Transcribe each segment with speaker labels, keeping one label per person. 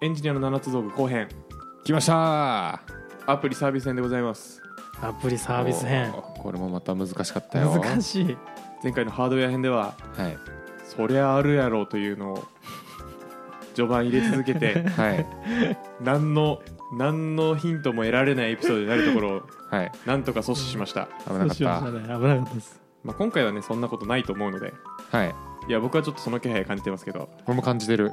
Speaker 1: エンジニアの七つ道具後編
Speaker 2: 来ました
Speaker 1: アプリサービス編でございます
Speaker 3: アプリサービス編
Speaker 2: おーこれもまた難しかったよ
Speaker 3: 難
Speaker 2: い、
Speaker 3: しい
Speaker 1: 前回のハードウェア編では
Speaker 2: はい
Speaker 1: そりゃあるやろというのを序盤入れ続けて
Speaker 2: はい
Speaker 1: 何の何のヒントも得られないエピソードになるところを
Speaker 2: はい
Speaker 1: なんとか阻止しました、
Speaker 2: 危なか
Speaker 3: そう
Speaker 2: っ
Speaker 3: しましたたね危なかったです
Speaker 1: まあ、今回はねそんなことないと思うので
Speaker 2: はい
Speaker 1: いや僕はちょっとその気配感じてますけど
Speaker 2: これも感じてる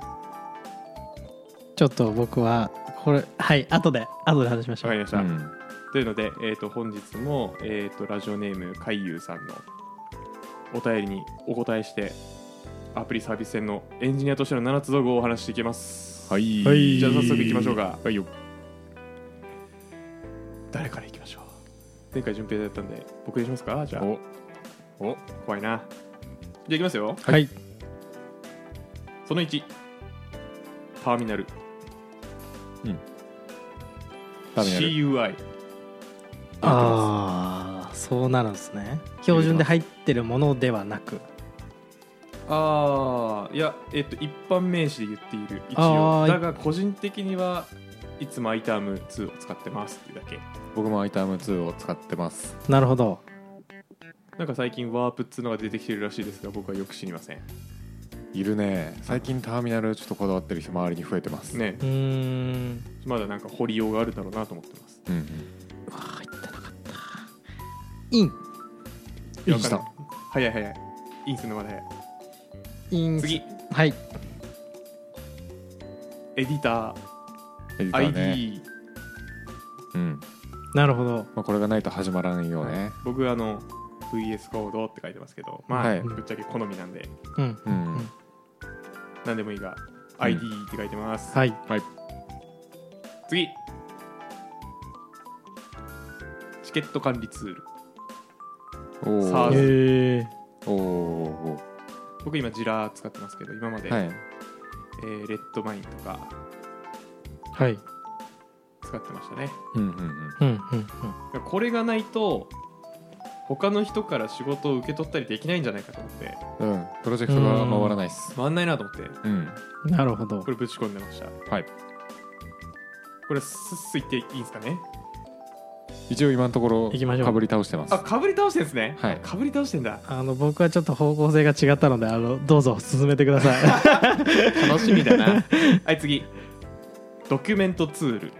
Speaker 3: ちょっと僕はこれはい後で後で話しましょ
Speaker 1: わかり
Speaker 3: う
Speaker 1: まし
Speaker 2: う
Speaker 1: た、
Speaker 2: ん
Speaker 1: というので、えー、と本日も、えー、とラジオネーム海優さんのお便りにお答えしてアプリサービス編のエンジニアとしての7つ道具をお話ししていきます
Speaker 2: はい
Speaker 3: はい
Speaker 1: じゃあ早速いきましょうか
Speaker 2: はいよ
Speaker 1: 誰からいきましょう前回順平だったんで僕にしますかじゃあ
Speaker 2: おお
Speaker 1: 怖いなじゃあいきますよ
Speaker 3: はい
Speaker 1: その1ターミナル
Speaker 2: ターミナル
Speaker 1: CUI
Speaker 3: ああそうなるんですね標準で入ってるものではなく
Speaker 1: ああいやえっと一般名詞で言っている一
Speaker 3: あ
Speaker 1: 応
Speaker 3: ー
Speaker 1: だが個人的にはいつも iTerm2 を使ってますっていうだけ
Speaker 2: 僕も iTerm2 を使ってます
Speaker 3: なるほど
Speaker 1: なんか最近ワープっつうのが出てきてるらしいですが僕はよく知りません
Speaker 2: いるね最近ターミナルちょっとこだわってる人周りに増えてます
Speaker 1: ね
Speaker 3: うーん
Speaker 1: まだなんか掘りようがあるだろうなと思ってます
Speaker 2: うんうん
Speaker 3: うわ入ってなかったイン
Speaker 2: イン
Speaker 1: いや
Speaker 2: スタ
Speaker 1: わかんない早い早いインスタのまだ早い
Speaker 3: イン
Speaker 1: 次
Speaker 3: はい
Speaker 1: エディター
Speaker 2: エディター
Speaker 1: ID、
Speaker 2: ねうん
Speaker 3: なるほど
Speaker 2: まあこれがないと始まらないよね
Speaker 1: 僕あの VS コードって書いてますけどまあ、
Speaker 2: はい
Speaker 1: ぶっちゃけ好みなんで
Speaker 3: うん
Speaker 2: うん
Speaker 3: うん
Speaker 1: 何でもいいが
Speaker 2: ん
Speaker 1: ID って書いてます、
Speaker 3: はい
Speaker 2: はい
Speaker 1: 次チケット管理ツール
Speaker 2: おー
Speaker 1: さあ
Speaker 2: え
Speaker 3: へえ
Speaker 2: ーおー
Speaker 1: 僕今ジラー使ってますけど今まで、
Speaker 2: はい
Speaker 1: えーレッドマインとか
Speaker 3: はい
Speaker 1: 使ってましたね
Speaker 2: うんうんうん
Speaker 3: うんうんうん
Speaker 1: これがないと他の人から仕事を受け取ったりできないんじゃないかと思って
Speaker 2: うん、プロジェクトが回らないっす。
Speaker 1: 回んないなと思って
Speaker 2: うん、
Speaker 3: なるほど
Speaker 1: これぶち込んでました
Speaker 2: はい。
Speaker 1: これスッスいっていいんですかね
Speaker 2: 一応今のところ、
Speaker 3: 行きましょう
Speaker 2: かぶり倒してます。
Speaker 1: あかぶり倒してんですね、
Speaker 2: はい
Speaker 1: かぶり倒してんだ
Speaker 3: あの僕はちょっと方向性が違ったのであのどうぞ進めてください
Speaker 1: 楽しみだな はい次ドキュメントツール、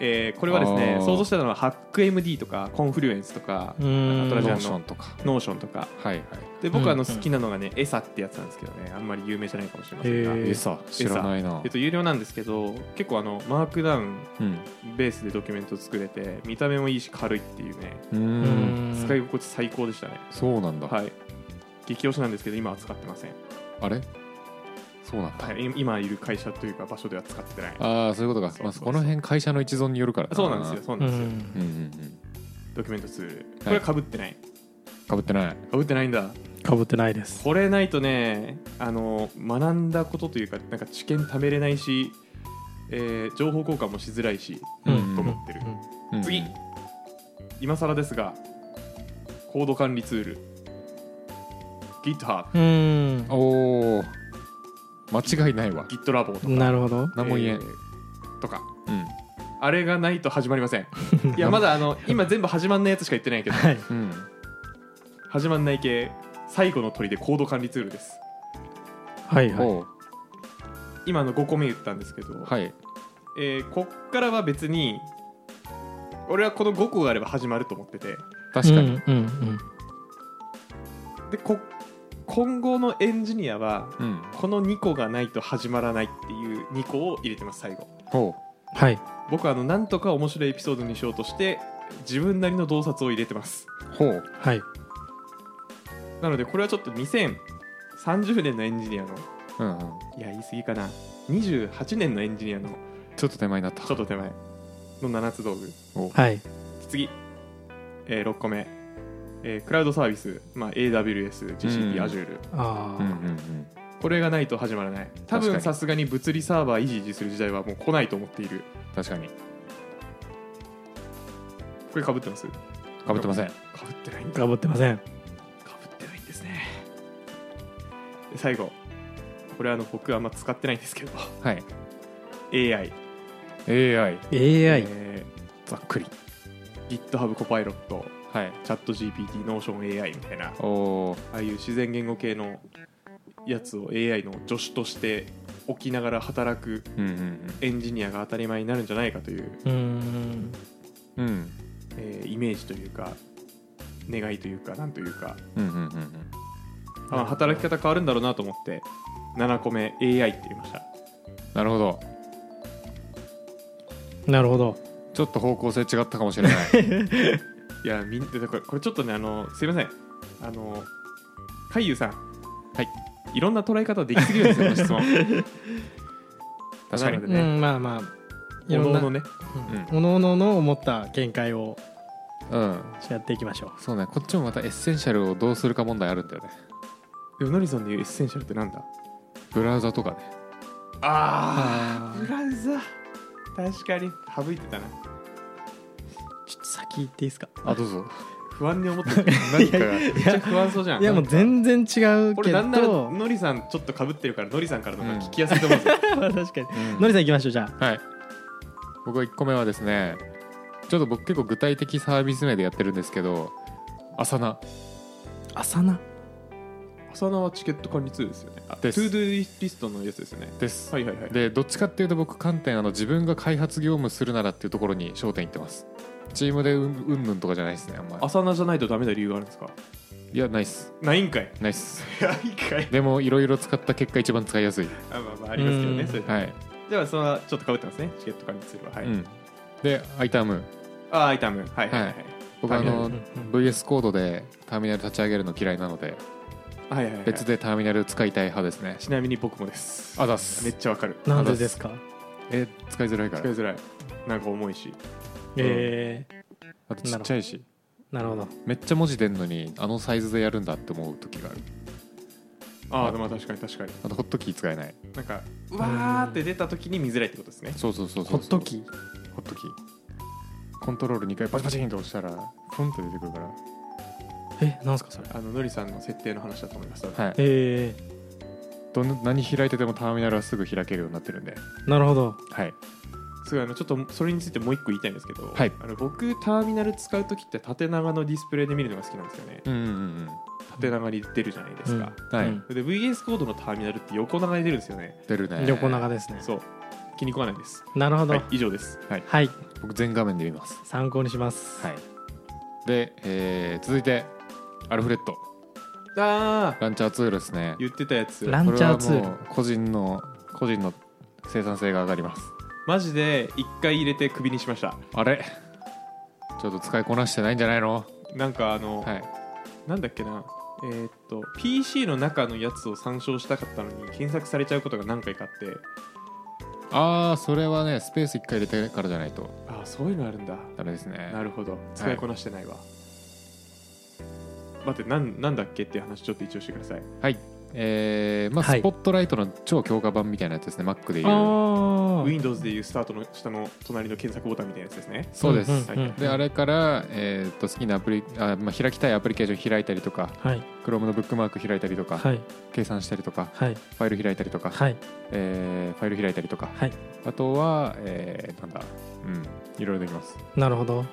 Speaker 1: えーこれはですね
Speaker 2: あー
Speaker 1: 想像してたのは HackMD とか Confluence とか
Speaker 3: うーん
Speaker 1: トラジャ
Speaker 2: ノ
Speaker 1: ン
Speaker 2: ーショ
Speaker 1: の
Speaker 2: ンとか。
Speaker 1: ノーションとか
Speaker 2: はいはい。
Speaker 1: で僕はあ
Speaker 3: うん
Speaker 1: の
Speaker 3: うん
Speaker 1: 好きなのがね、エサってやつなんですけどねあんまり有名じゃないかもしれませんが、
Speaker 3: へえ
Speaker 2: エサ、知らないな
Speaker 1: えっ。と、有料なんですけど結構あのマークダウン
Speaker 2: うん。
Speaker 1: ベースでドキュメント作れて見た目もいいし軽いっていうね
Speaker 2: うー、
Speaker 3: うんーん
Speaker 1: 使い心地最高でしたね、
Speaker 2: そうなんだ。
Speaker 1: はい激推しなんですけど今は使ってません、
Speaker 2: あれそうなんだ。
Speaker 1: はい、い今いる会社というか場所では使ってない
Speaker 2: ああ、そういうことか
Speaker 1: そ。う
Speaker 2: まあ、
Speaker 1: そう
Speaker 2: この辺、会社の一存によるから
Speaker 1: そうなんですよ。そうなんですよ、
Speaker 2: うんうんうん。
Speaker 1: ドキュメントツールこれはかぶってない、
Speaker 2: かぶってない。
Speaker 1: かぶってないんだ
Speaker 3: かぶってないです
Speaker 1: これないとねあの学んだことというかなんか知見貯めれないし、えー情報交換もしづらいし
Speaker 2: うん
Speaker 1: と思ってる、
Speaker 3: うん
Speaker 2: うん
Speaker 1: 次今更ですがコード管理ツール GitHub
Speaker 3: うーん
Speaker 2: おお。間違いないわ。
Speaker 1: Git ラボとか
Speaker 3: なるほど
Speaker 2: 何も言えん。
Speaker 1: ーとか
Speaker 2: うん。
Speaker 1: あれがないと始まりませんいやまだあの今全部始まんないやつしか言ってないけど
Speaker 3: はい
Speaker 2: うん。
Speaker 1: 始まんない系最後の砦コード管理ツールです
Speaker 3: はいはい
Speaker 2: おー
Speaker 1: 今あの5個目言ったんですけど、
Speaker 2: はい。
Speaker 1: えーこっからは別に俺はこの5個があれば始まると思ってて
Speaker 2: 確かに。
Speaker 3: うんうん
Speaker 1: でこ今後のエンジニアは
Speaker 2: うん。
Speaker 1: この2個がないと始まらないっていう2個を入れてます最後
Speaker 2: おう
Speaker 3: はい
Speaker 1: 僕はあのなんとか面白いエピソードにしようとして自分なりの洞察を入れてます
Speaker 2: ほう。
Speaker 3: はい
Speaker 1: なのでこれはちょっと2030年のエンジニアの
Speaker 2: うんうん。
Speaker 1: いや言い過ぎかな28年のエンジニアの
Speaker 2: ちょっと手前になった。
Speaker 1: ちょっと手前の7つ道具
Speaker 2: おう
Speaker 3: はい
Speaker 1: 次、え6個目、えークラウドサービス、まあ、AWS、GCP、
Speaker 2: うん
Speaker 1: Azure
Speaker 3: あ
Speaker 2: うんうんう
Speaker 3: あ
Speaker 2: ん。
Speaker 1: これがないと始まらない多
Speaker 2: 確か
Speaker 1: 分
Speaker 2: に
Speaker 1: さすがに物理サーバー維持維持する時代はもう来ないと思っている
Speaker 2: 確かに。
Speaker 1: これかぶってますか
Speaker 2: かぶってません。
Speaker 1: ぶってないんだ
Speaker 3: かぶってません
Speaker 1: かぶってないんですねで最後これあの僕あんま使ってないんですけど
Speaker 2: はい。
Speaker 1: AI、
Speaker 2: AI
Speaker 3: AI、
Speaker 1: え
Speaker 2: ざっくり
Speaker 1: ー GitHub コパイロット
Speaker 2: はい
Speaker 1: チャット GPT ノーション AI みたいな
Speaker 2: おおー
Speaker 1: ああいう自然言語系のやつを AI の助手として置きながら働く
Speaker 2: うん
Speaker 1: エンジニアが当たり前になるんじゃないかという、
Speaker 3: うーん
Speaker 2: うんうんうん
Speaker 1: えーイメージというか願いというかなんというか、
Speaker 2: うんうんうんうん
Speaker 1: まあ働き方変わるんだろうなと思って7個目 AI って言いました
Speaker 2: なるほど
Speaker 3: なるほど
Speaker 2: ちょっと方向性違ったかもしれない
Speaker 1: いやみんなこれこれちょっとねあのすいませんあの海優さんはいいろんな捉え方できすぎるんですよこの質問
Speaker 2: 確かに
Speaker 1: なので
Speaker 3: う
Speaker 1: ね
Speaker 3: んまあまあい
Speaker 1: お
Speaker 3: ろ
Speaker 1: の
Speaker 3: ん
Speaker 1: お
Speaker 3: な
Speaker 1: のね
Speaker 3: うんおのおのの思った見解を
Speaker 2: うん
Speaker 3: やっていきましょ
Speaker 2: そうねこっちもまたエッセンシャルをどうするか問題あるんだよね
Speaker 1: でもノリさんの言うエッセンシャルってなんだ
Speaker 2: ブラウザとかね
Speaker 1: ああブラウザ確かに省いてたな
Speaker 3: うちょっと先行っていいですか
Speaker 2: あどうぞ
Speaker 1: 不安に思ってた
Speaker 2: 何か
Speaker 1: めっちゃ不安そうじゃん
Speaker 3: いやもう
Speaker 1: なんか
Speaker 3: 全然違う
Speaker 1: こ
Speaker 3: け
Speaker 1: れ
Speaker 3: ど
Speaker 1: なんならノリさんちょっとかぶってるからノリさんからの方が聞きやすいと思うんですよ、
Speaker 3: まあ確かに
Speaker 2: うん
Speaker 3: のりさん行きましょうじゃ
Speaker 2: はい僕は1個目はですねちょっと僕結構具体的サービス名でやってるんですけどアサナ
Speaker 3: あ朝な
Speaker 1: 浅野はチケット管理ツールですよねあ
Speaker 2: です
Speaker 1: トゥードゥーリストのやつですよね
Speaker 2: です、
Speaker 1: はいはいはい
Speaker 2: でどっちかっていうと僕観点あの自分が開発業務するならっていうところに焦点いってますチームでうんうんぬんとかじゃないですねあんまり
Speaker 1: 浅野じゃないとダメな理由があるんですか
Speaker 2: いやナイス
Speaker 1: ないんかい
Speaker 2: ナイス
Speaker 1: ないんかい
Speaker 2: でもいろいろ使った結果一番使いやすい
Speaker 1: あまあまあありますけど
Speaker 3: う
Speaker 1: ね
Speaker 3: ん
Speaker 1: それで
Speaker 2: はい、
Speaker 1: ではそのちょっとかぶってますねチケット管理ツールははい、
Speaker 2: うんでアイターム
Speaker 1: ああアイタムはいはいはい
Speaker 2: 僕あ
Speaker 3: う
Speaker 2: の
Speaker 3: んうんうん
Speaker 2: VS コードでターミナル立ち上げるの嫌いなので
Speaker 1: はいはいはい
Speaker 2: 別でターミナル使いたい派ですね
Speaker 1: ちなみに僕もです
Speaker 2: あざ
Speaker 1: め
Speaker 2: っ
Speaker 1: っ
Speaker 2: す
Speaker 1: ちゃわかる
Speaker 3: なんでですか
Speaker 2: え使いづらいか
Speaker 1: 使い
Speaker 2: ら
Speaker 1: づらいなんか重いし
Speaker 3: え
Speaker 2: あとちっちゃいし
Speaker 3: ー、なるほど
Speaker 2: めっちゃ文字出んのにあのサイズでやるんだって思う時がある
Speaker 1: ああまあ確かに確かに
Speaker 2: あとホットキー使えない
Speaker 1: なんかうわーって出た時に見づらいってことですね
Speaker 2: そうそうそうそ
Speaker 3: ホ
Speaker 2: う
Speaker 3: ットキー
Speaker 2: ホットキーコントロール2回パチパチンと押したらポンと出てくるから
Speaker 3: えなんすかそれ
Speaker 1: あののりさんの設定の話だと思います
Speaker 2: はい
Speaker 3: え
Speaker 2: どん何開いててもターミナルはすぐ開けるようになってるんで
Speaker 3: ー、なるほど
Speaker 2: はい
Speaker 1: すごいあのちょっとそれについてもう一個言いたいんですけど、
Speaker 2: はい
Speaker 1: あの僕ターミナル使う時って縦長のディスプレイで見るのが好きなんですよね
Speaker 2: うんうんうん
Speaker 1: 縦長に出るじゃないですか、
Speaker 2: うんはい
Speaker 1: で VS コードのターミナルって横長に出るんですよね
Speaker 2: 出る
Speaker 3: うん
Speaker 2: ね
Speaker 3: 横長ですね
Speaker 1: そう気に食わないです
Speaker 3: なるほど
Speaker 1: は
Speaker 3: はい
Speaker 1: い、以上です
Speaker 2: 僕全画面で見ます
Speaker 3: 参考にします、
Speaker 2: はいで、えー続いてアルフレッド
Speaker 1: あー
Speaker 2: ランチャーツールですね
Speaker 1: 言ってたやつ
Speaker 3: ランチャーツール
Speaker 2: これはもう個人の個人の生産性が上がります
Speaker 1: マジで一回入れてクビにしました
Speaker 2: あれちょっと使いこなしてないんじゃないの
Speaker 1: なんかあの、
Speaker 2: はい
Speaker 1: なんだっけなえーっと PC の中のやつを参照したかったのに検索されちゃうことが何回かあって
Speaker 2: ああそれはねスペース1回入れてからじゃないと
Speaker 1: ああそういうのあるんだ
Speaker 2: ダメですね
Speaker 1: なるほど使いこなしてないわ、待ってなんなんだっけっていう話ちょっと一応してください
Speaker 2: はいえーまあ、
Speaker 3: はい
Speaker 2: スポットライトの超強化版みたいなやつですね Mac でいう
Speaker 3: あー
Speaker 1: Windows でいうスタートの下の隣の検索ボタンみたいなやつですね
Speaker 2: そうです、
Speaker 3: うんうん
Speaker 1: はいはい
Speaker 2: であれから、えーっと好きなアプリあ、まあ、開きたいアプリケーション開いたりとか
Speaker 3: はい
Speaker 2: Chrome のブックマーク開いたりとか、
Speaker 3: はい
Speaker 2: 計算したりとか
Speaker 3: はい
Speaker 2: ファイル開いたりとか、
Speaker 3: はい
Speaker 2: えーファイル開いたりとか
Speaker 3: はい
Speaker 2: あとは、えーなんだ、うん、いろいろできます。
Speaker 3: なるほど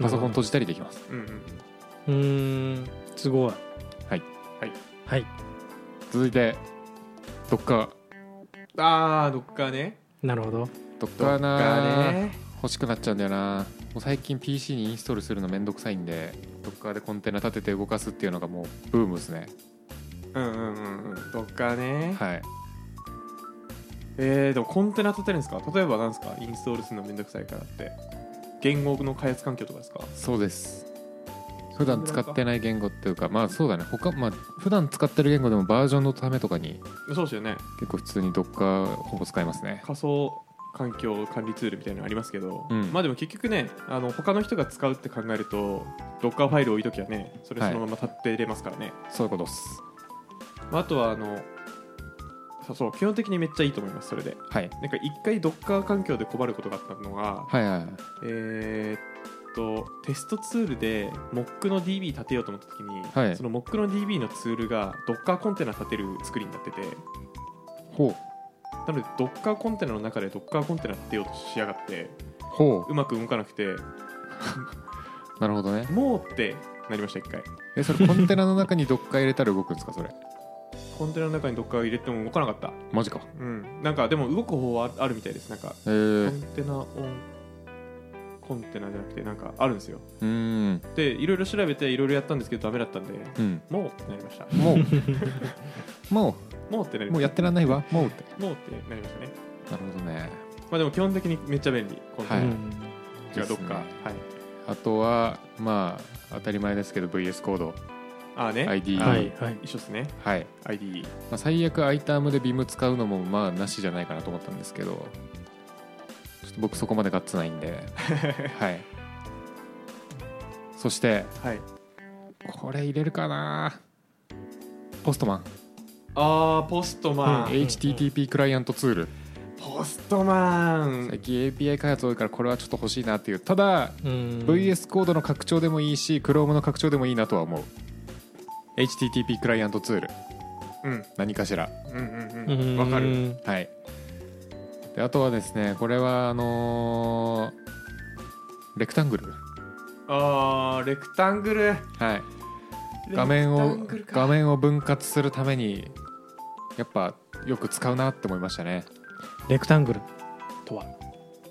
Speaker 2: パソコン閉じたりできます。
Speaker 1: うんうん
Speaker 3: うーんすごい
Speaker 2: はい
Speaker 1: はい
Speaker 3: はい
Speaker 2: 続いて、ドッカ
Speaker 1: ああどっかね
Speaker 3: なるほど
Speaker 2: ー。ドッ
Speaker 1: ど
Speaker 2: カー
Speaker 1: っか
Speaker 2: な
Speaker 1: ね
Speaker 2: 欲しくなっちゃうんだよな。もう最近 PC にインストールするのめんどくさいんで、ドッカーでコンテナ立てて動かすっていうのがもうブームですね。
Speaker 1: うんうんうんうんどっかね、
Speaker 2: はい。
Speaker 1: えー、でもコンテナ立てるんですか例えばなんですかインストールするのめんどくさいからって言語の開発環境とかですか
Speaker 2: そうです。普段使ってない言語っていうか、まあそうだね。他、まあ普段使ってる言語でもバージョンのためとかに
Speaker 1: そうですよね
Speaker 2: 結構普通にドッカーほぼ使いますね。
Speaker 1: 仮想環境管理ツールみたいなのありますけど、
Speaker 2: うん
Speaker 1: まあでも結局ねあの他の人が使うって考えるとドッカーファイル置いときゃねそれそのまま立ってれますからね、
Speaker 2: そういうことっす。
Speaker 1: まあ、あとはあのそうそう基本的にめっちゃいいと思いますそれで
Speaker 2: はい。
Speaker 1: なんか一回ドッカー環境で困ることがあったのが
Speaker 2: はいはいはい。
Speaker 1: えーっとテストツールで Mock の DB 立てようと思った時に、
Speaker 2: はい
Speaker 1: その Mock の DB のツールがドッカーコンテナ立てる作りになってて
Speaker 2: ほう。
Speaker 1: なので Docker コンテナの中で Docker コンテナ立てようとしやがって
Speaker 2: ほ
Speaker 1: うまく動かなくて
Speaker 2: うなるほどね
Speaker 1: もうってなりました一回
Speaker 2: えそれコンテナの中にどっか入れたら動くんですかそれ
Speaker 1: コンテナの中に Docker 入れても動かなかった
Speaker 2: マジか
Speaker 1: うんなんかでも動く方法はあるみたいですなんか
Speaker 2: え
Speaker 1: コ
Speaker 2: ー、
Speaker 1: ンテナオンコンテナじゃなくてなんかあるんですよ
Speaker 2: うーん
Speaker 1: でいろいろ調べていろいろやったんですけどダメだったんで
Speaker 2: うん
Speaker 1: もうってなりました
Speaker 2: も うも
Speaker 1: もうってなりま
Speaker 2: うも
Speaker 1: し
Speaker 2: うやってらんないわもうって
Speaker 1: たもうってなりましたね
Speaker 2: なるほどね
Speaker 1: まあでも基本的にめっちゃ便利コンテ
Speaker 2: は
Speaker 1: ナ
Speaker 2: い
Speaker 3: うん
Speaker 1: じゃあどっか、
Speaker 2: で
Speaker 1: はい
Speaker 2: すねあとはまあ当たり前ですけど VS コード
Speaker 1: ああね
Speaker 2: ID
Speaker 1: あー
Speaker 3: はいはい
Speaker 1: 一緒ですね
Speaker 2: はい、
Speaker 1: ID
Speaker 2: まあ、最悪 iTerm で BIM 使うのもまあなしじゃないかなと思ったんですけどちょっと僕そこまでガッツないん ではいそして
Speaker 1: はい
Speaker 2: これ入れるかなポストマン、
Speaker 1: あーポストマン、
Speaker 3: うん
Speaker 2: HTTP クライアントツール
Speaker 1: ポストマ
Speaker 2: 最
Speaker 1: ン
Speaker 2: 近 API 開発多いからこれはちょっと欲しいなっていうただ
Speaker 3: うん
Speaker 2: VS コードの拡張でもいいし Chrome の拡張でもいいなとは思う HTTP クライアントツール
Speaker 1: うん
Speaker 2: 何かしら
Speaker 1: うんう
Speaker 3: うん
Speaker 1: うん
Speaker 3: ん
Speaker 1: わか
Speaker 3: う
Speaker 1: る
Speaker 3: ん
Speaker 2: はいであとはですねこれはあのーレクタングル
Speaker 1: あーレクタングル
Speaker 2: はい画面
Speaker 1: レクタ
Speaker 2: を
Speaker 1: ングルか
Speaker 2: 画面を分割するためにやっぱよく使うなって思いましたね
Speaker 3: レクタングルとは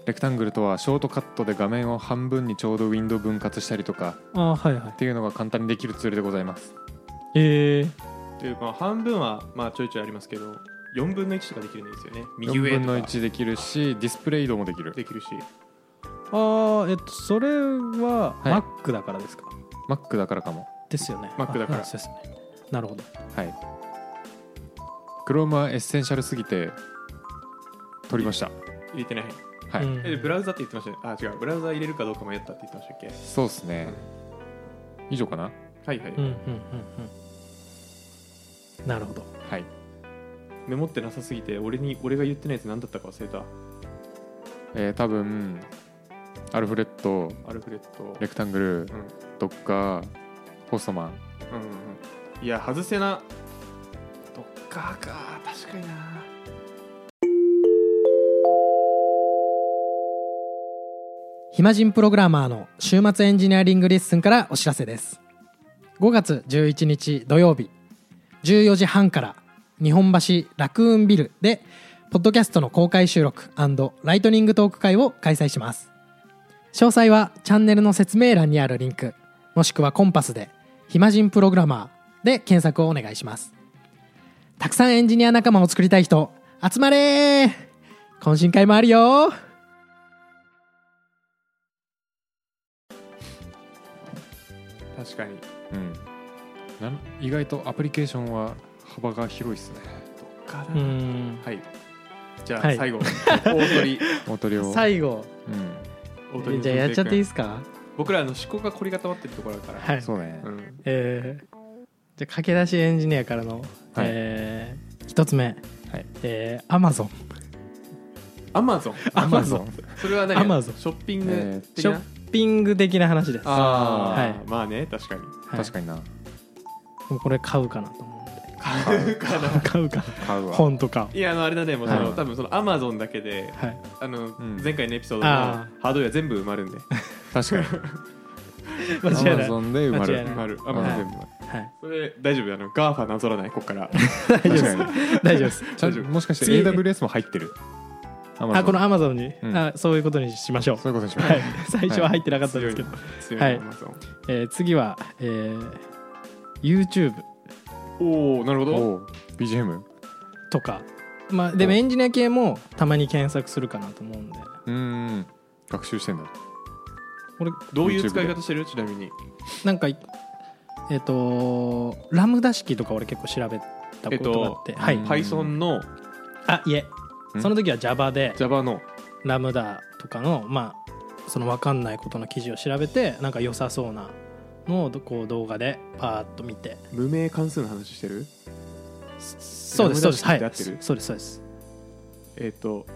Speaker 2: レクタングルとはショートカットで画面を半分にちょうどウィンドウ分割したりとか
Speaker 3: あはいはい
Speaker 2: っていうのが簡単にできるツールでございます
Speaker 3: えー、
Speaker 1: っていうか半分はまあちょいちょいありますけど4分の1とかできるんですよね右
Speaker 2: 4
Speaker 1: 上
Speaker 2: 分
Speaker 1: と
Speaker 2: の
Speaker 1: か
Speaker 2: 1できるしディスプレイ移動もできる
Speaker 1: できるし
Speaker 3: ああえっとそれは
Speaker 2: はい
Speaker 3: Mac だからですか、
Speaker 2: Mac だからかも
Speaker 3: ですよね
Speaker 1: Mac だから
Speaker 3: あそうですねなるほど
Speaker 2: はい Chrome はエッセンシャルすぎて取りました
Speaker 1: 入れてない
Speaker 2: はい、
Speaker 3: うん
Speaker 1: えブラウザって言ってましたねあ違うブラウザ入れるかどうか迷ったって言ってましたっけ
Speaker 2: そうですね、以上かな
Speaker 1: はいはい、
Speaker 3: うんうんうんうんなるほど
Speaker 2: はい
Speaker 1: メモってなさすぎて俺に俺が言ってないやつ何だったか忘れた
Speaker 2: えー、多分アルフレッド
Speaker 1: アルフレッド
Speaker 2: レクタングル
Speaker 1: うん
Speaker 2: ドッカーポストマン
Speaker 1: うんうんうんいや外せなどっかか確かにな
Speaker 3: 暇人プログラマーの週末エンジニアリングレッスンからお知らせです5月11日土曜日14時半から日本橋ラクーンビルでポッドキャストの公開収録ライトニングトーク会を開催します詳細はチャンネルの説明欄にあるリンクもしくはコンパスで「暇人プログラマー」で検索をお願いしますたくさんエンジニア仲間を作りたい人集まれー懇親会もあるよー
Speaker 1: 確かに
Speaker 2: うんなん意外とアプリケーションは幅が広いですね
Speaker 1: どっかだ
Speaker 3: うん
Speaker 1: はいじゃあ
Speaker 3: はい
Speaker 1: 最後、大鳥
Speaker 2: 大鳥を、うん、
Speaker 3: 最後
Speaker 1: 大鳥
Speaker 3: じゃあやっちゃっていい
Speaker 1: い
Speaker 3: ですか
Speaker 1: 僕らの思考が凝り固まってるところだから、
Speaker 3: はい
Speaker 2: そうね、
Speaker 1: うん、
Speaker 3: えーじゃあ駆け出しエンジニアからの、
Speaker 2: はい
Speaker 3: えー一つ目、
Speaker 2: はい
Speaker 3: えー、Amazon
Speaker 1: アマゾン
Speaker 2: Amazon
Speaker 1: それは何
Speaker 3: Amazon
Speaker 1: ショッピング的
Speaker 3: ショ
Speaker 1: な、
Speaker 3: ッピング的な話です
Speaker 1: ああ、
Speaker 3: はい
Speaker 1: まあね確かに
Speaker 2: 確かにな
Speaker 3: にこれ買うかなと思うん
Speaker 1: 買う
Speaker 3: で
Speaker 1: かな
Speaker 3: 買うか
Speaker 2: 買うわ
Speaker 3: 本とか
Speaker 1: いやあのあれだねもうその、
Speaker 2: うん
Speaker 1: 多分そのアマゾンだけで
Speaker 3: はい
Speaker 1: あの、
Speaker 2: ん
Speaker 1: 前回のエピソードの
Speaker 3: あ
Speaker 1: ハードウェア全部埋まるんで
Speaker 2: 確かに
Speaker 3: 間違いない、は
Speaker 2: Amazon で生ま
Speaker 3: 間違
Speaker 2: れ
Speaker 3: い
Speaker 1: 埋まるア
Speaker 2: う
Speaker 1: マ
Speaker 2: ん
Speaker 1: ゾン全部埋まるそれ大丈夫あのガーファなぞらないここ から
Speaker 3: い、大丈夫です
Speaker 2: 確かに
Speaker 3: 大丈夫です
Speaker 2: ちゃんともしかして
Speaker 3: 次
Speaker 2: AWS も入ってる
Speaker 3: あこの
Speaker 2: Amazon
Speaker 3: Amazon に、
Speaker 2: うん
Speaker 3: あそういうことにしましょう
Speaker 2: そういうことにしましょ
Speaker 3: は
Speaker 2: う
Speaker 3: い、最初は入ってなかったんで
Speaker 1: 強
Speaker 3: す
Speaker 1: い
Speaker 3: けど、
Speaker 1: 強
Speaker 3: はいい
Speaker 1: アマゾン
Speaker 3: えー次は、えー、YouTube
Speaker 1: おおなるほど
Speaker 2: おう BGM
Speaker 3: とか、まあ、でも
Speaker 2: お
Speaker 3: エンジニア系もたまに検索するかなと思うんで
Speaker 2: うーん学習してんだ
Speaker 3: これ
Speaker 1: どういう使い方してるちなみに
Speaker 3: なんかいえっ、とラムダ式とか俺結構調べたことがあって、
Speaker 2: えっと
Speaker 3: はい、
Speaker 2: うん
Speaker 1: Python の
Speaker 3: あいえ
Speaker 2: うん
Speaker 3: その時は Java で
Speaker 1: Java の
Speaker 3: ラムダとかのまあその分かんないことの記事を調べてなんか良さそうなのをこう動画でパーッと見て
Speaker 1: 無名関数の話してる
Speaker 3: そうですそうですは
Speaker 1: ラムダ式っ
Speaker 3: い
Speaker 1: て合ってる
Speaker 3: そうですそうです
Speaker 1: えっ、と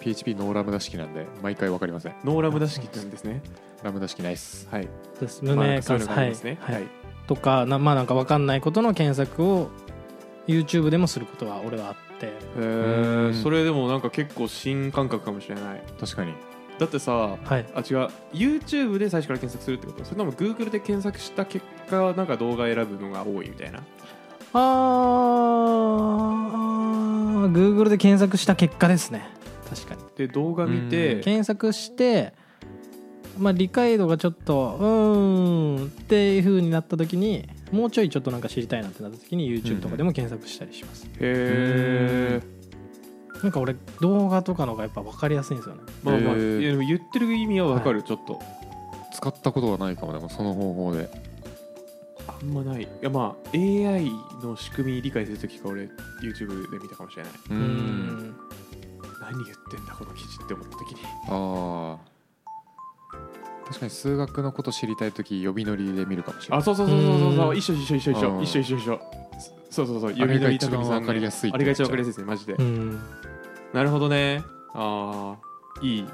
Speaker 2: PHP ノーラムダ式なんで毎回わかりません
Speaker 1: ノーラムダ式って言うんですね
Speaker 2: ラムダ式ないっす
Speaker 1: はい
Speaker 3: そうです無名
Speaker 1: そう
Speaker 3: 関
Speaker 1: いうの
Speaker 3: 数、
Speaker 1: があ
Speaker 3: は
Speaker 1: り
Speaker 3: い
Speaker 1: ますね
Speaker 3: はいとかなまあなんか分かんないことの検索を YouTube でもすることは俺はあっって
Speaker 1: へー
Speaker 2: うん
Speaker 1: それでもなんか結構新感覚かもしれない
Speaker 2: 確かに
Speaker 1: だってさ
Speaker 3: はい
Speaker 1: あ違う YouTube で最初から検索するってことそれとも Google で検索した結果なんか動画選ぶのが多いみたいな
Speaker 3: あー Google で検索した結果ですね確かに
Speaker 1: で動画見て
Speaker 2: うん
Speaker 3: 検索して、まあ、理解度がちょっとうーんっていう風になった時にもうちょいちょっとなんか知りたいなってなった時に YouTube とかでも検索したりします、
Speaker 1: へえ
Speaker 3: なんか俺動画とかの方がやっぱ分かりやすいんですよね
Speaker 1: まあまあ
Speaker 2: へー
Speaker 1: いやでも言ってる意味はわかる、ちょっと
Speaker 2: 使ったことはないかもでもその方法で
Speaker 1: あんまないいやまあ AI の仕組み理解するときか俺 YouTube で見たかもしれないう
Speaker 3: うん
Speaker 1: 何言ってんだこの記事って思った時に
Speaker 2: ああ確かに数学のこと知りたい時呼び乗りで見るかもしれ
Speaker 1: あ
Speaker 2: ない
Speaker 1: そうそうそうそうそうそううん一緒一緒一緒一
Speaker 2: う
Speaker 1: 緒
Speaker 2: ん
Speaker 1: 一緒一緒一緒そうそうそう
Speaker 2: あれが一番
Speaker 1: 読み取り高木さんね
Speaker 2: わかりやすいって
Speaker 1: あ
Speaker 2: な
Speaker 1: れ
Speaker 2: っちゃう
Speaker 1: が一番わかりやすいですねマジで、
Speaker 3: うん
Speaker 1: なるほどねああいい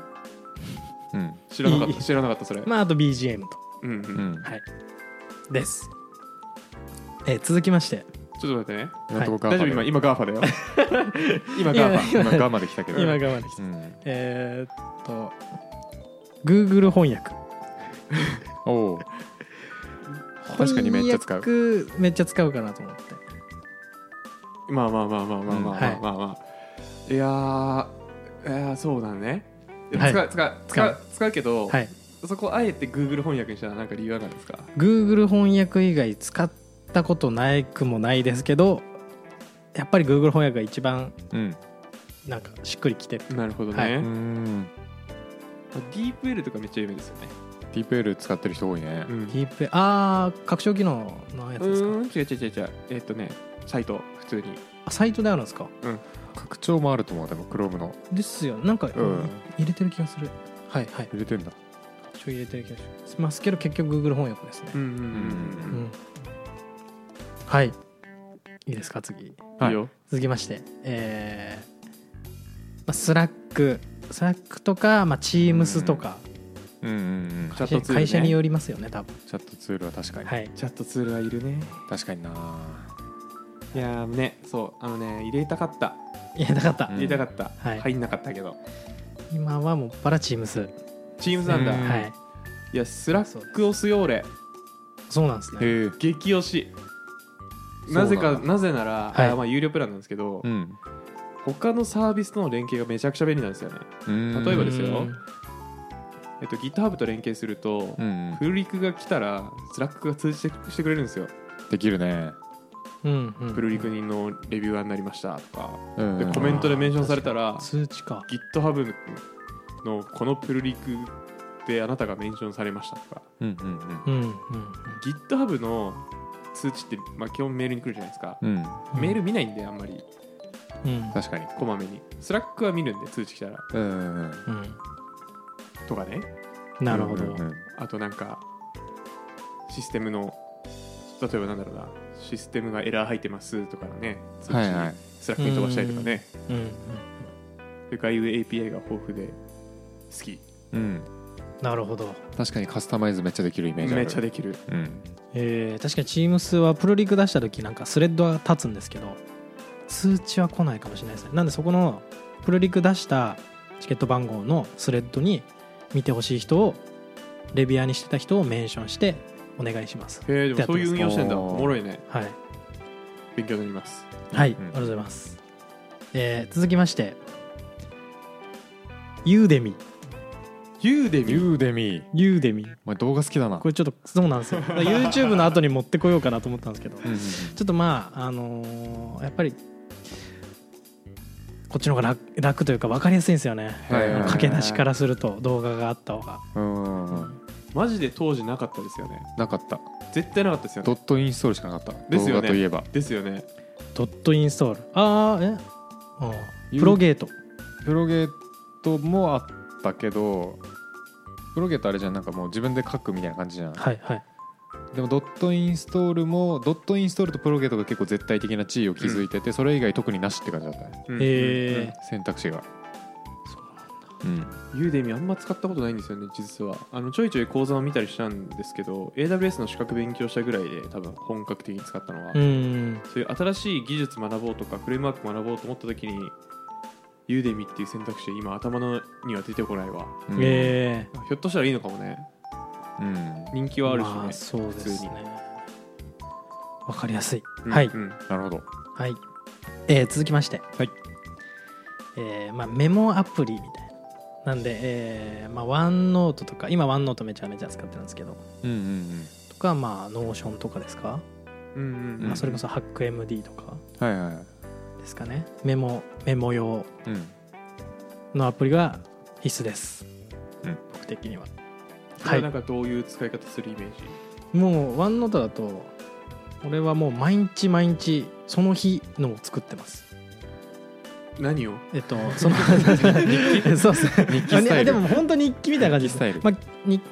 Speaker 2: うん
Speaker 1: 知らなかっ
Speaker 3: い
Speaker 1: た
Speaker 3: い
Speaker 1: 知らなかったそれ、
Speaker 3: まああと BGM と
Speaker 1: うんうん、
Speaker 2: うん、
Speaker 3: です、えー続きまして
Speaker 1: ちょっと待ってね
Speaker 2: 今のとこガ
Speaker 1: 大
Speaker 2: ー
Speaker 1: 丈夫
Speaker 2: ファ
Speaker 1: 今
Speaker 2: で
Speaker 1: 今ガーファだよ今
Speaker 3: いや
Speaker 1: ガーフ
Speaker 3: 今
Speaker 2: 今ガーまで来たけど
Speaker 3: 今我慢できた、
Speaker 2: うん
Speaker 3: えーっと Google 翻訳
Speaker 2: おお確かにめっちゃ使う
Speaker 3: 翻訳めっちゃ使うかなと思って
Speaker 1: ァまあまあまあまあまあまあまあまあ、まあいやーいやーそうだねいや使う使う使う使うけど、
Speaker 3: はい
Speaker 1: そこあえて Google 翻訳にしたらなんか理由はなんですか
Speaker 3: Google 翻訳以外使ったことないくもないですけどやっぱり Google 翻訳が一番
Speaker 2: うん
Speaker 3: なんかしっくりきてる
Speaker 1: なるほどね、
Speaker 3: はいう
Speaker 1: ま
Speaker 2: ん
Speaker 1: あディープ L とかめっちゃ有名ですよね、
Speaker 2: ディープ L 使ってる人多いね
Speaker 1: うん
Speaker 3: ディープああ拡張機能のやつ
Speaker 1: う
Speaker 3: ですか
Speaker 1: ーん違う違う違う違うえっ、とねサイト普通に
Speaker 3: あサイトであるんですか
Speaker 2: 拡張もあると思うでも Chrome の
Speaker 3: ですよなんか、
Speaker 2: ん
Speaker 3: 入れてる気がするはいはい
Speaker 2: 入れてんだ
Speaker 3: ちょい入れてる気がしますけど結局 Google 翻訳ですね
Speaker 1: うんうん
Speaker 3: うん、はいいいですか次
Speaker 1: うんいいよ、
Speaker 3: 続きまして、えーまあ、スラックスラックとか、まあ、チームスとか、
Speaker 2: うんうんうん
Speaker 1: チャットツールね
Speaker 3: 会社によりますよね多分
Speaker 2: チャットツールは確かに、
Speaker 3: はい
Speaker 1: チャットツールはいるね
Speaker 2: 確かにない
Speaker 1: やーねそうあのね入れたかった
Speaker 3: いやなかった、
Speaker 2: うん
Speaker 1: 入れたかった、
Speaker 3: はい
Speaker 1: 入んなかったけど
Speaker 3: 今はもっぱらチームス、
Speaker 1: チームズなんだ、
Speaker 2: うん
Speaker 1: い
Speaker 3: はい
Speaker 1: やスラック押すよ俺
Speaker 3: そうなんですね
Speaker 2: へえ
Speaker 1: 激推し
Speaker 2: そうな
Speaker 1: なん
Speaker 2: だ
Speaker 1: ぜかなぜなら、
Speaker 3: はい
Speaker 1: あまあ有料プランなんですけど、
Speaker 2: うん
Speaker 1: 他のサービスとの連携がめちゃくちゃ便利なんですよね、
Speaker 2: うん
Speaker 1: 例えばですよ
Speaker 3: うん
Speaker 1: えっと、GitHub と連携すると、
Speaker 2: うんうん
Speaker 1: フルリクが来たらスラックが通知してしてくれるんですよ、
Speaker 2: できるね
Speaker 3: うんうん
Speaker 1: フルリク人のレビュアーになりましたとか、
Speaker 2: うん
Speaker 1: でコメントでメンションされたら
Speaker 3: 通知か
Speaker 1: GitHub のこのプルリクであなたがメンションされましたとか
Speaker 2: うんうん
Speaker 3: うんうん
Speaker 1: GitHub の通知って、まあ、基本メールに来るじゃないですか、
Speaker 2: うんうん
Speaker 3: うん
Speaker 1: メール見ないんであんまり
Speaker 3: うん
Speaker 2: 確かに
Speaker 1: こまめにスラックは見るんで通知来たら
Speaker 2: うんうんうん
Speaker 3: うん
Speaker 1: とかね
Speaker 3: なるほど、
Speaker 2: うんうん
Speaker 1: あとなんかシステムの例えばなんだろうなシステムがエラー入ってますとかのね通知
Speaker 2: はいはい
Speaker 1: スラックに飛ばしたりとかね、
Speaker 3: うんうん
Speaker 1: で外部 API が豊富で好き
Speaker 2: うん
Speaker 3: なるほど、
Speaker 2: 確かにカスタマイズめっちゃできるイメージある
Speaker 1: めっちゃできる
Speaker 2: うん
Speaker 3: えー、確かにチームスはプルリク出した時なんかスレッドは立つんですけど通知は来ないかもしれないですねなんでそこのプルリク出したチケット番号のスレッドに見てほしい人をレビュアーにしてた人をメンションしてお願いします
Speaker 1: へえでもそういう運用してんだ
Speaker 2: やって
Speaker 1: お
Speaker 2: ますね
Speaker 1: もろいね
Speaker 3: はい
Speaker 1: 勉強になります
Speaker 3: はい、
Speaker 2: うん
Speaker 3: ありがとうございます、えー続きましてユーデミ
Speaker 1: ユーデミ
Speaker 2: ユーデミー
Speaker 3: ユーデミ
Speaker 2: お前動画好きだな
Speaker 3: これちょっとそうなん ですよだから YouTube の後に持ってこようかなと思ったんですけど
Speaker 2: うんうん
Speaker 3: ちょっとまああのーやっぱりこっちの方が楽楽というか分かりやすいんですよね
Speaker 2: はいはいはい
Speaker 3: 駆け出しからすると動画があった方が
Speaker 2: うんうんうん
Speaker 1: マジで当時なかったですよね
Speaker 2: なかった
Speaker 1: 絶対なかったですよ
Speaker 2: ド
Speaker 1: ね
Speaker 2: ットインストールしかなかった
Speaker 1: ですよね
Speaker 2: 動画といえば
Speaker 1: ですよね
Speaker 3: ドットインストールああえうん
Speaker 2: ゆ
Speaker 3: プロゲート
Speaker 2: プロゲートもあったけどプロゲートあれじゃんなんかもう自分で書くみたいな感じじゃん、
Speaker 3: はいはい
Speaker 2: でもドットインストールもドットインストールとプロゲートが結構絶対的な地位を築いてて、それ以外特になしって感じだったね
Speaker 1: うん
Speaker 3: え
Speaker 2: 選択肢がうん
Speaker 1: ユーデミあんま使ったことないんですよね実はあのちょいちょい講座を見たりしたんですけど AWS の資格勉強したぐらいで多分本格的に使ったのは、
Speaker 3: うん
Speaker 1: そういう新しい技術学ぼうとかフレームワーク学ぼうと思った時にユーデミっていう選択肢今頭のには出てこないわ
Speaker 2: うん
Speaker 3: え
Speaker 1: ひょっとしたらいいのかもね
Speaker 2: うん
Speaker 1: 人気
Speaker 3: え
Speaker 1: はあるしね、
Speaker 3: まあそうですねわかりやすい、
Speaker 1: うん
Speaker 3: はい
Speaker 1: うん
Speaker 2: なるほど
Speaker 3: はい、えー続きまして、
Speaker 1: はい
Speaker 3: えーまあ、メモアプリみたいななんで、えーまあ、ワンノートとか今ワンノートめちゃめちゃ使ってるんですけど
Speaker 2: うんうん
Speaker 3: とかまあノーションとかですか、
Speaker 1: うんうん
Speaker 3: ま
Speaker 1: う
Speaker 3: あ、
Speaker 1: ん
Speaker 3: それこそ HackMD とか
Speaker 2: うんはいはい
Speaker 3: ですかねメモメモ用
Speaker 2: うん
Speaker 3: のアプリが必須です、
Speaker 2: うん
Speaker 3: 僕的には
Speaker 1: そ
Speaker 3: は
Speaker 1: れはなん
Speaker 3: い
Speaker 1: かどういう使い方するイメージ、
Speaker 3: もうワンノートだと俺はもう毎日毎日その日のを作ってます
Speaker 1: 何 を
Speaker 3: えっと、その そうそう
Speaker 2: 日記スタイル
Speaker 3: あでも本当日記みたいな感じで
Speaker 2: 日記ス
Speaker 3: す
Speaker 2: タイル
Speaker 3: まあ、日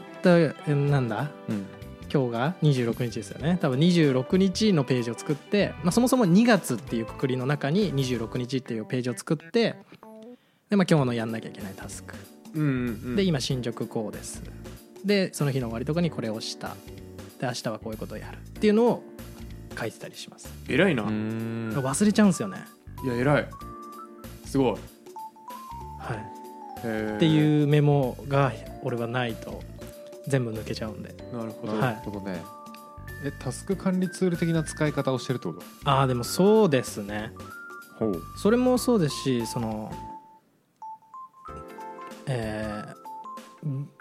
Speaker 3: 記なんだ
Speaker 2: うん
Speaker 3: 今日が26日ですよね多分26日のページを作って、まあ、そもそも2月っていうくくりの中に26日っていうページを作ってで、まあ、今日のやんなきゃいけないタスク
Speaker 1: うんうんうん
Speaker 3: で今進捗こうですでその日の終わりとかにこれをしたで明日はこういうことをやるっていうのを書いてたりします
Speaker 1: 偉いな、
Speaker 2: うーん
Speaker 3: 忘れちゃうんですよね、
Speaker 1: いや偉いすごい
Speaker 3: はい、
Speaker 1: っ
Speaker 3: っ
Speaker 1: う
Speaker 3: ていうメモが俺はないと全部抜けちゃうんで
Speaker 1: なるほど、
Speaker 2: なるほどねえタスク管理ツール的な使い方をしてるってこと
Speaker 3: ああでもそうですね
Speaker 2: ほう
Speaker 3: それもそうですしそのえー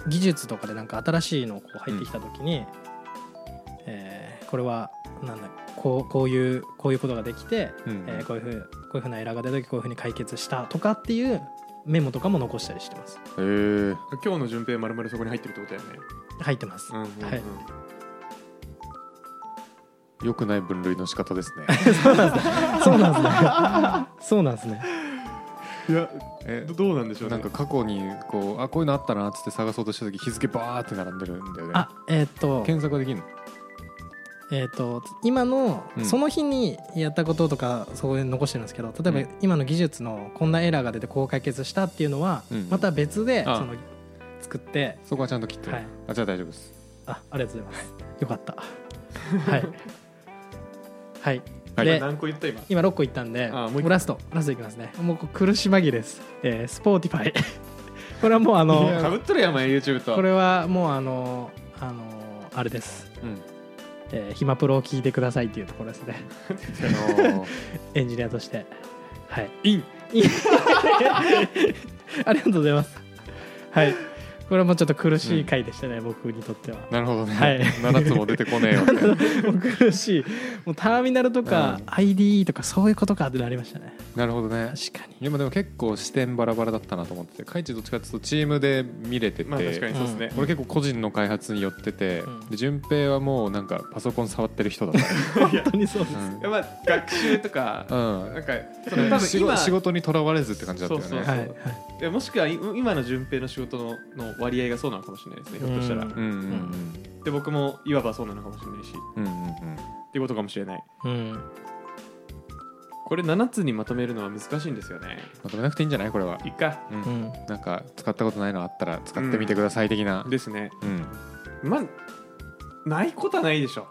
Speaker 3: 技術とかでなんか新しいのこう入ってきた時に、えーこれはなんだこうこういうこういうことができて、
Speaker 2: うん
Speaker 3: えーこういうふうこういうふうなエラーが出た時こういうふうに解決したとかっていうメモとかも残したりしてます
Speaker 2: へえ
Speaker 1: 今日の順平まるまるそこに入ってるってことだよね
Speaker 3: 入ってます、
Speaker 1: うんうんうん
Speaker 3: はい
Speaker 2: 良くない分類の仕方です ね
Speaker 3: そうなんですねそうなんですね
Speaker 1: いや
Speaker 2: え
Speaker 1: どどうなんでしょうね
Speaker 2: なんか過去にこうあこういうのあったなっつって探そうとした時日付バーって並んでるんだよね
Speaker 3: あえーっと
Speaker 2: 検索はできるの
Speaker 3: えー、と今の
Speaker 2: うん
Speaker 3: その日にやったこととかそこで残してるんですけど例え
Speaker 2: う
Speaker 3: ば今の技術のこんなエラーが出てこう解決したっていうのは
Speaker 2: うん
Speaker 3: また別で
Speaker 2: ああ
Speaker 3: その作って
Speaker 2: そこはちゃんと切ってる、
Speaker 3: はい
Speaker 2: あじゃあ大丈 夫です
Speaker 3: あありがとうございますよかったはいはい
Speaker 1: はい
Speaker 3: で
Speaker 1: 何個言った今
Speaker 3: 今6個いったんで
Speaker 1: ああもう一個
Speaker 3: もうラストラストいきますねもうこう苦し紛れですえー、スポーティファイ これはもうあ
Speaker 2: いや
Speaker 3: の
Speaker 1: かぶっとるやんお前 YouTube と
Speaker 3: これはもうあのあのあれです
Speaker 2: うん
Speaker 3: 「えーひまプロを聞いてください」っていうところですねエンジニアとしてはい
Speaker 1: イン
Speaker 3: いや ありがとうございます。はい。これはもうちょっと苦しい回でしたね、僕にとっては。
Speaker 2: なるほどね、
Speaker 3: はい
Speaker 2: 7つも出て こねえよって
Speaker 3: もう苦しい。もうターミナルとか
Speaker 2: う
Speaker 3: IDE とかそういうことかってなりましたね。
Speaker 2: なるほどね
Speaker 3: 確かに。
Speaker 2: 今でも結構視点バラバラだったなと思っててカイチどっちかっていうとチームで見れてて、
Speaker 1: まあ確かにそうですね、
Speaker 2: 俺結構個人の開発に寄ってて、
Speaker 3: うん
Speaker 2: で順平はもうなんかパソコン触ってる人だったね、
Speaker 3: 本当にそ うです。
Speaker 2: うん
Speaker 1: いやまあ学習とか
Speaker 2: うん
Speaker 1: なんかそ
Speaker 2: う
Speaker 1: の
Speaker 2: ん
Speaker 1: 多
Speaker 2: 仕
Speaker 1: 分
Speaker 2: 事
Speaker 1: 今
Speaker 2: 仕事にとらわれずって感じだったよね
Speaker 1: そうそう
Speaker 3: はいはい。
Speaker 1: いやもしくはい今の順平の仕事のの割合がそうなのかもしれないですねひょっとしたら
Speaker 3: うん
Speaker 2: うんうん
Speaker 1: で僕もいわばそうなのかもしれないしっ
Speaker 2: うんうんうんうん
Speaker 1: てことかもしれない
Speaker 3: うん。
Speaker 1: これ7つにまとめるのは難しいんですよね
Speaker 2: まとめなくていいんじゃないこれは、
Speaker 1: いっか
Speaker 2: うん
Speaker 3: うん。
Speaker 2: なんか使ったことないのあったら使ってみてください的な、
Speaker 1: ですね
Speaker 2: うん
Speaker 1: まあないことはないでしょ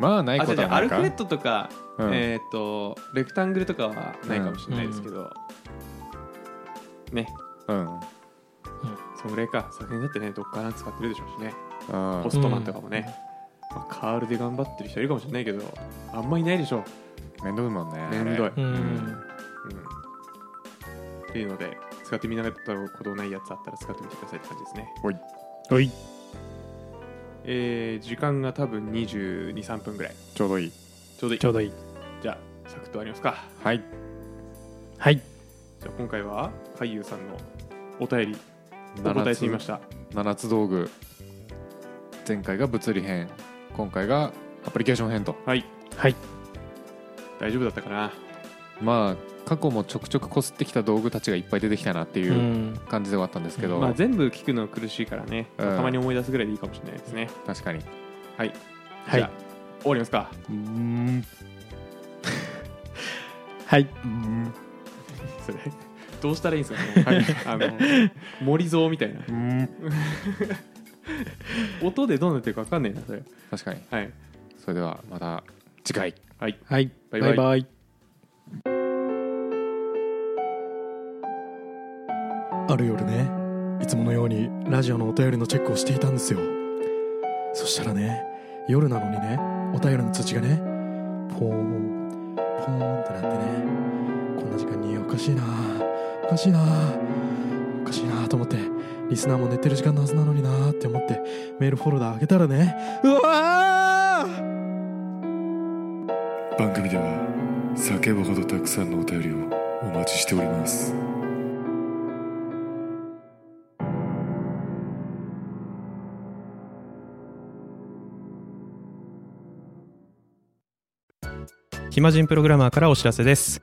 Speaker 2: まあない
Speaker 1: あ
Speaker 2: こ
Speaker 1: じ
Speaker 2: と
Speaker 1: ゃ
Speaker 2: は
Speaker 1: あア
Speaker 2: ない
Speaker 1: ル
Speaker 2: か
Speaker 1: フレッドとか
Speaker 2: うん
Speaker 1: えっとレクタングルとかはないかもしれないですけどね
Speaker 2: うん
Speaker 1: そのぐらいか作品だってねどっから使ってるでしょうしね
Speaker 2: うん
Speaker 1: ポストマンとかもね、まあ、カールで頑張ってる人いるかもしれないけどあんまいないでしょ
Speaker 2: 面倒いもんね
Speaker 1: めんどい、
Speaker 3: う
Speaker 1: うん
Speaker 3: ん。
Speaker 1: っていうので使ってみなかったことないやつあったら使ってみてくださいって感じですね
Speaker 2: おい
Speaker 3: はい。
Speaker 1: えー時間が多分223分ぐらい
Speaker 2: ちょうどいい
Speaker 1: ちょうどいい
Speaker 3: ちょうどいい。
Speaker 1: じゃあサクッとありますか
Speaker 2: はい
Speaker 3: はい。
Speaker 1: じゃあ今回は俳優さんのお便りお答えしてみました
Speaker 2: 7つ道具前回が物理編今回がアプリケーション編と
Speaker 1: はい
Speaker 3: はい。
Speaker 1: 大丈夫だったかな
Speaker 2: まあ過去もちょくちょくこすってきた道具たちがいっぱい出てきたなって
Speaker 3: う。
Speaker 2: いうん感じではあったんですけど、
Speaker 1: まあ全部聞くの苦しいからね、
Speaker 2: うん
Speaker 1: たまに思い出すぐらいでいいかもしれないですね
Speaker 2: 確かに
Speaker 1: はい
Speaker 3: は
Speaker 1: じゃ
Speaker 3: い
Speaker 1: あ。終わりますか
Speaker 2: うん
Speaker 3: はい。
Speaker 1: それ
Speaker 4: どうしたらいいんですかね、あの森蔵みたいな
Speaker 5: うん
Speaker 4: 音でどうなってるか分かんないなそれ
Speaker 5: 確かに
Speaker 4: はい
Speaker 5: それではまた次回
Speaker 4: はい
Speaker 3: はい
Speaker 4: バイバイ
Speaker 3: イある夜ねいつものようにラジオのお便りのチェックをしていたんですよそしたらね夜なのにねお便りの通知がねポーンポーンってなってねこんな時間におかしいなおかしいなおかしいなと思ってリスナーも寝てる時間のはずなのになって思ってメールフォルダ開けたらねうわー
Speaker 2: 番組では叫ぶほどたくさんのお便りをお待ちしております
Speaker 1: 暇人プログラマーからお知らせです